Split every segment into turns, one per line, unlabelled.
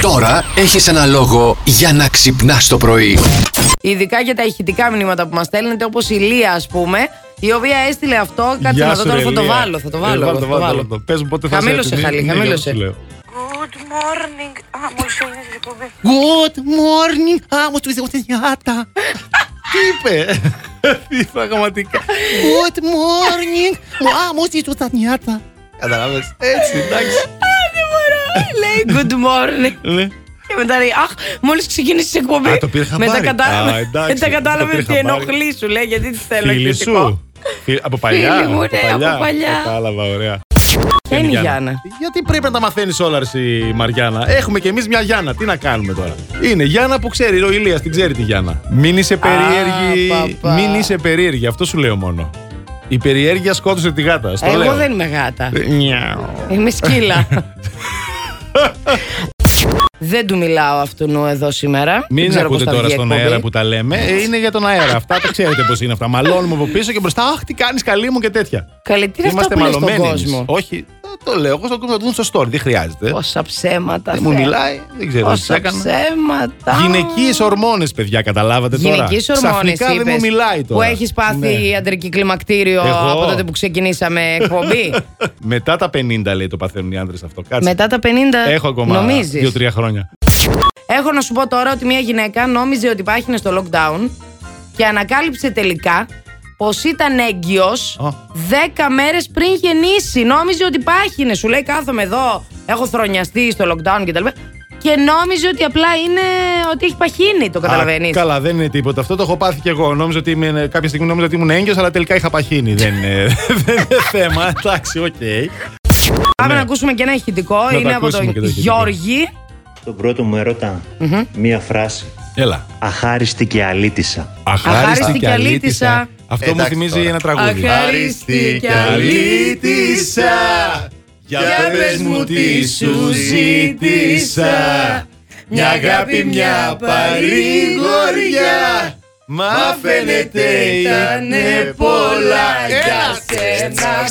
Τώρα έχεις ένα λόγο για να ξυπνάς το πρωί.
Ειδικά για τα ηχητικά μηνύματα που μας στέλνετε, όπως η Λία, ας πούμε, η οποία έστειλε αυτό. Κάτσε
Γεια
να
σου,
δω τώρα,
ρε,
θα το
Λία.
βάλω. Θα το
Ε,
βάλω.
βάλ' το,
θα
βάλ' το, βάλ' το. Πες μου πότε θα σε
Χαμήλωσε,
έτοιμη.
Χαλή,
Ναι,
χαμήλωσε.
σου λέω.
Good morning. Ah, Α, μόλις έγινε η εκπομπή.
Good morning, άμμος του Ιδιωτενιάτα. Τι είπε. Τι πραγματικά. Good morning, μου άμμος του Ιδιωτενιάτα. Καταλάβες. Έτσι, εντάξει.
Λέει good morning.
Ναι.
Και μετά λέει, Αχ, μόλις ξεκίνησε η εκπομπή.
Α, το πήρε χαμπάρι.
Μετά κατάλαβε,
Α, εντάξει,
μετά
το
κατάλαβε
πήρε
ότι
χαμπάρι.
ενοχλεί σου, λέει, γιατί τη θέλω
Φίλη
ηχητικό.
σου. Φίλη- Από παλιά.
μου, ναι, από παλιά.
Κατάλαβα, ωραία.
Ποια είναι η Γιάννα.
Γιατί πρέπει να τα μαθαίνεις όλα, η Μαριάννα. Έχουμε κι εμείς μια Γιάννα. Τι να κάνουμε τώρα. Είναι Γιάννα που ξέρει, ο Ηλίας την ξέρει τη Γιάννα. Μην είσαι περίεργη.
παπα.
μην είσαι περίεργη, αυτό σου λέω μόνο. Η περιέργεια σκότωσε τη γάτα. Στο
Εγώ
λέω. Ε,
δεν είμαι γάτα.
Νιάου.
Είμαι σκύλα. Δεν του μιλάω αυτού εδώ σήμερα. Δεν
Μην
ξέρω
ακούτε
πώς θα
τώρα
βγει η
στον
εκπομπή.
αέρα που τα λέμε. Ε, είναι για τον αέρα. Αυτά τα ξέρετε πώς είναι αυτά. Μαλώνουμε από πίσω και μπροστά. Αχ, τι κάνεις, καλή μου και τέτοια.
Καλή, τι είναι αυτά που λες στον
εμείς.
κόσμο.
Όχι, ε, το λέω. Εγώ στον κόσμο θα το δουν στο story. Δεν χρειάζεται.
Πόσα ψέματα.
Δεν μου
Θεέ.
μιλάει, δεν ξέρω τι
Πόσα
έκανα.
ψέματα.
Γυναικείες ορμόνες, παιδιά, καταλάβατε τώρα.
Γυναικείες ορμόνες.
Ξαφνικά δεν μου μιλάει τώρα.
Που έχεις πάθει
Ναι.
αντρική κλιμακτήριο
Εγώ.
από τότε που ξεκινήσαμε εκπομπή.
Μετά τα 50 λέει το παθαίνουν οι άντρε αυτό. Κάτσε.
Μετά τα 50.
Έχω ακόμα
νομίζεις?
2-3 χρόνια.
Έχω να σου πω τώρα ότι μια γυναίκα νόμιζε ότι πάχυνε στο lockdown και ανακάλυψε τελικά πως ήταν έγκυος
Α.
10 μέρες πριν γεννήσει. Νόμιζε ότι πάχυνε. Σου λέει κάθομαι εδώ, έχω θρονιαστεί στο lockdown κτλ. Και νόμιζε ότι απλά είναι ότι έχει παχύνει, το καταλαβαίνει.
Α, Καλά, δεν είναι τίποτα. Αυτό το έχω πάθει και εγώ. Νόμιζα ότι είμαι, κάποια στιγμή νόμιζα ότι ήμουν έγκυος, αλλά τελικά είχα παχύνει. δεν είναι, δεν είναι θέμα. Εντάξει, οκ.
Πάμε
Ναι.
να ακούσουμε και ένα ηχητικό.
το
είναι από
ακούσουμε
τον
και το ηχητικό.
Γιώργη.
Τον πρώτο μου ερώτα, μία φράση.
Έλα.
Αχάριστη και αλήτησα.
Αχάριστη και αλήτησα.
Αυτό μου
Εντάξει
θυμίζει
τώρα.
ένα τραγούδι.
Αχάριστη και
αλήτησα. Για
πες μου τι σου ζήτησα. Μια αγάπη, μια παρηγοριά.
Μα
ήτανε πολλά για σένα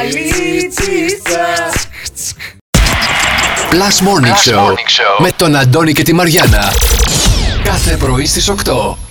Αλήτησα
Plus Morning, Show, με τον Αντώνη και τη Μαριάνα. Κάθε πρωί στις 8.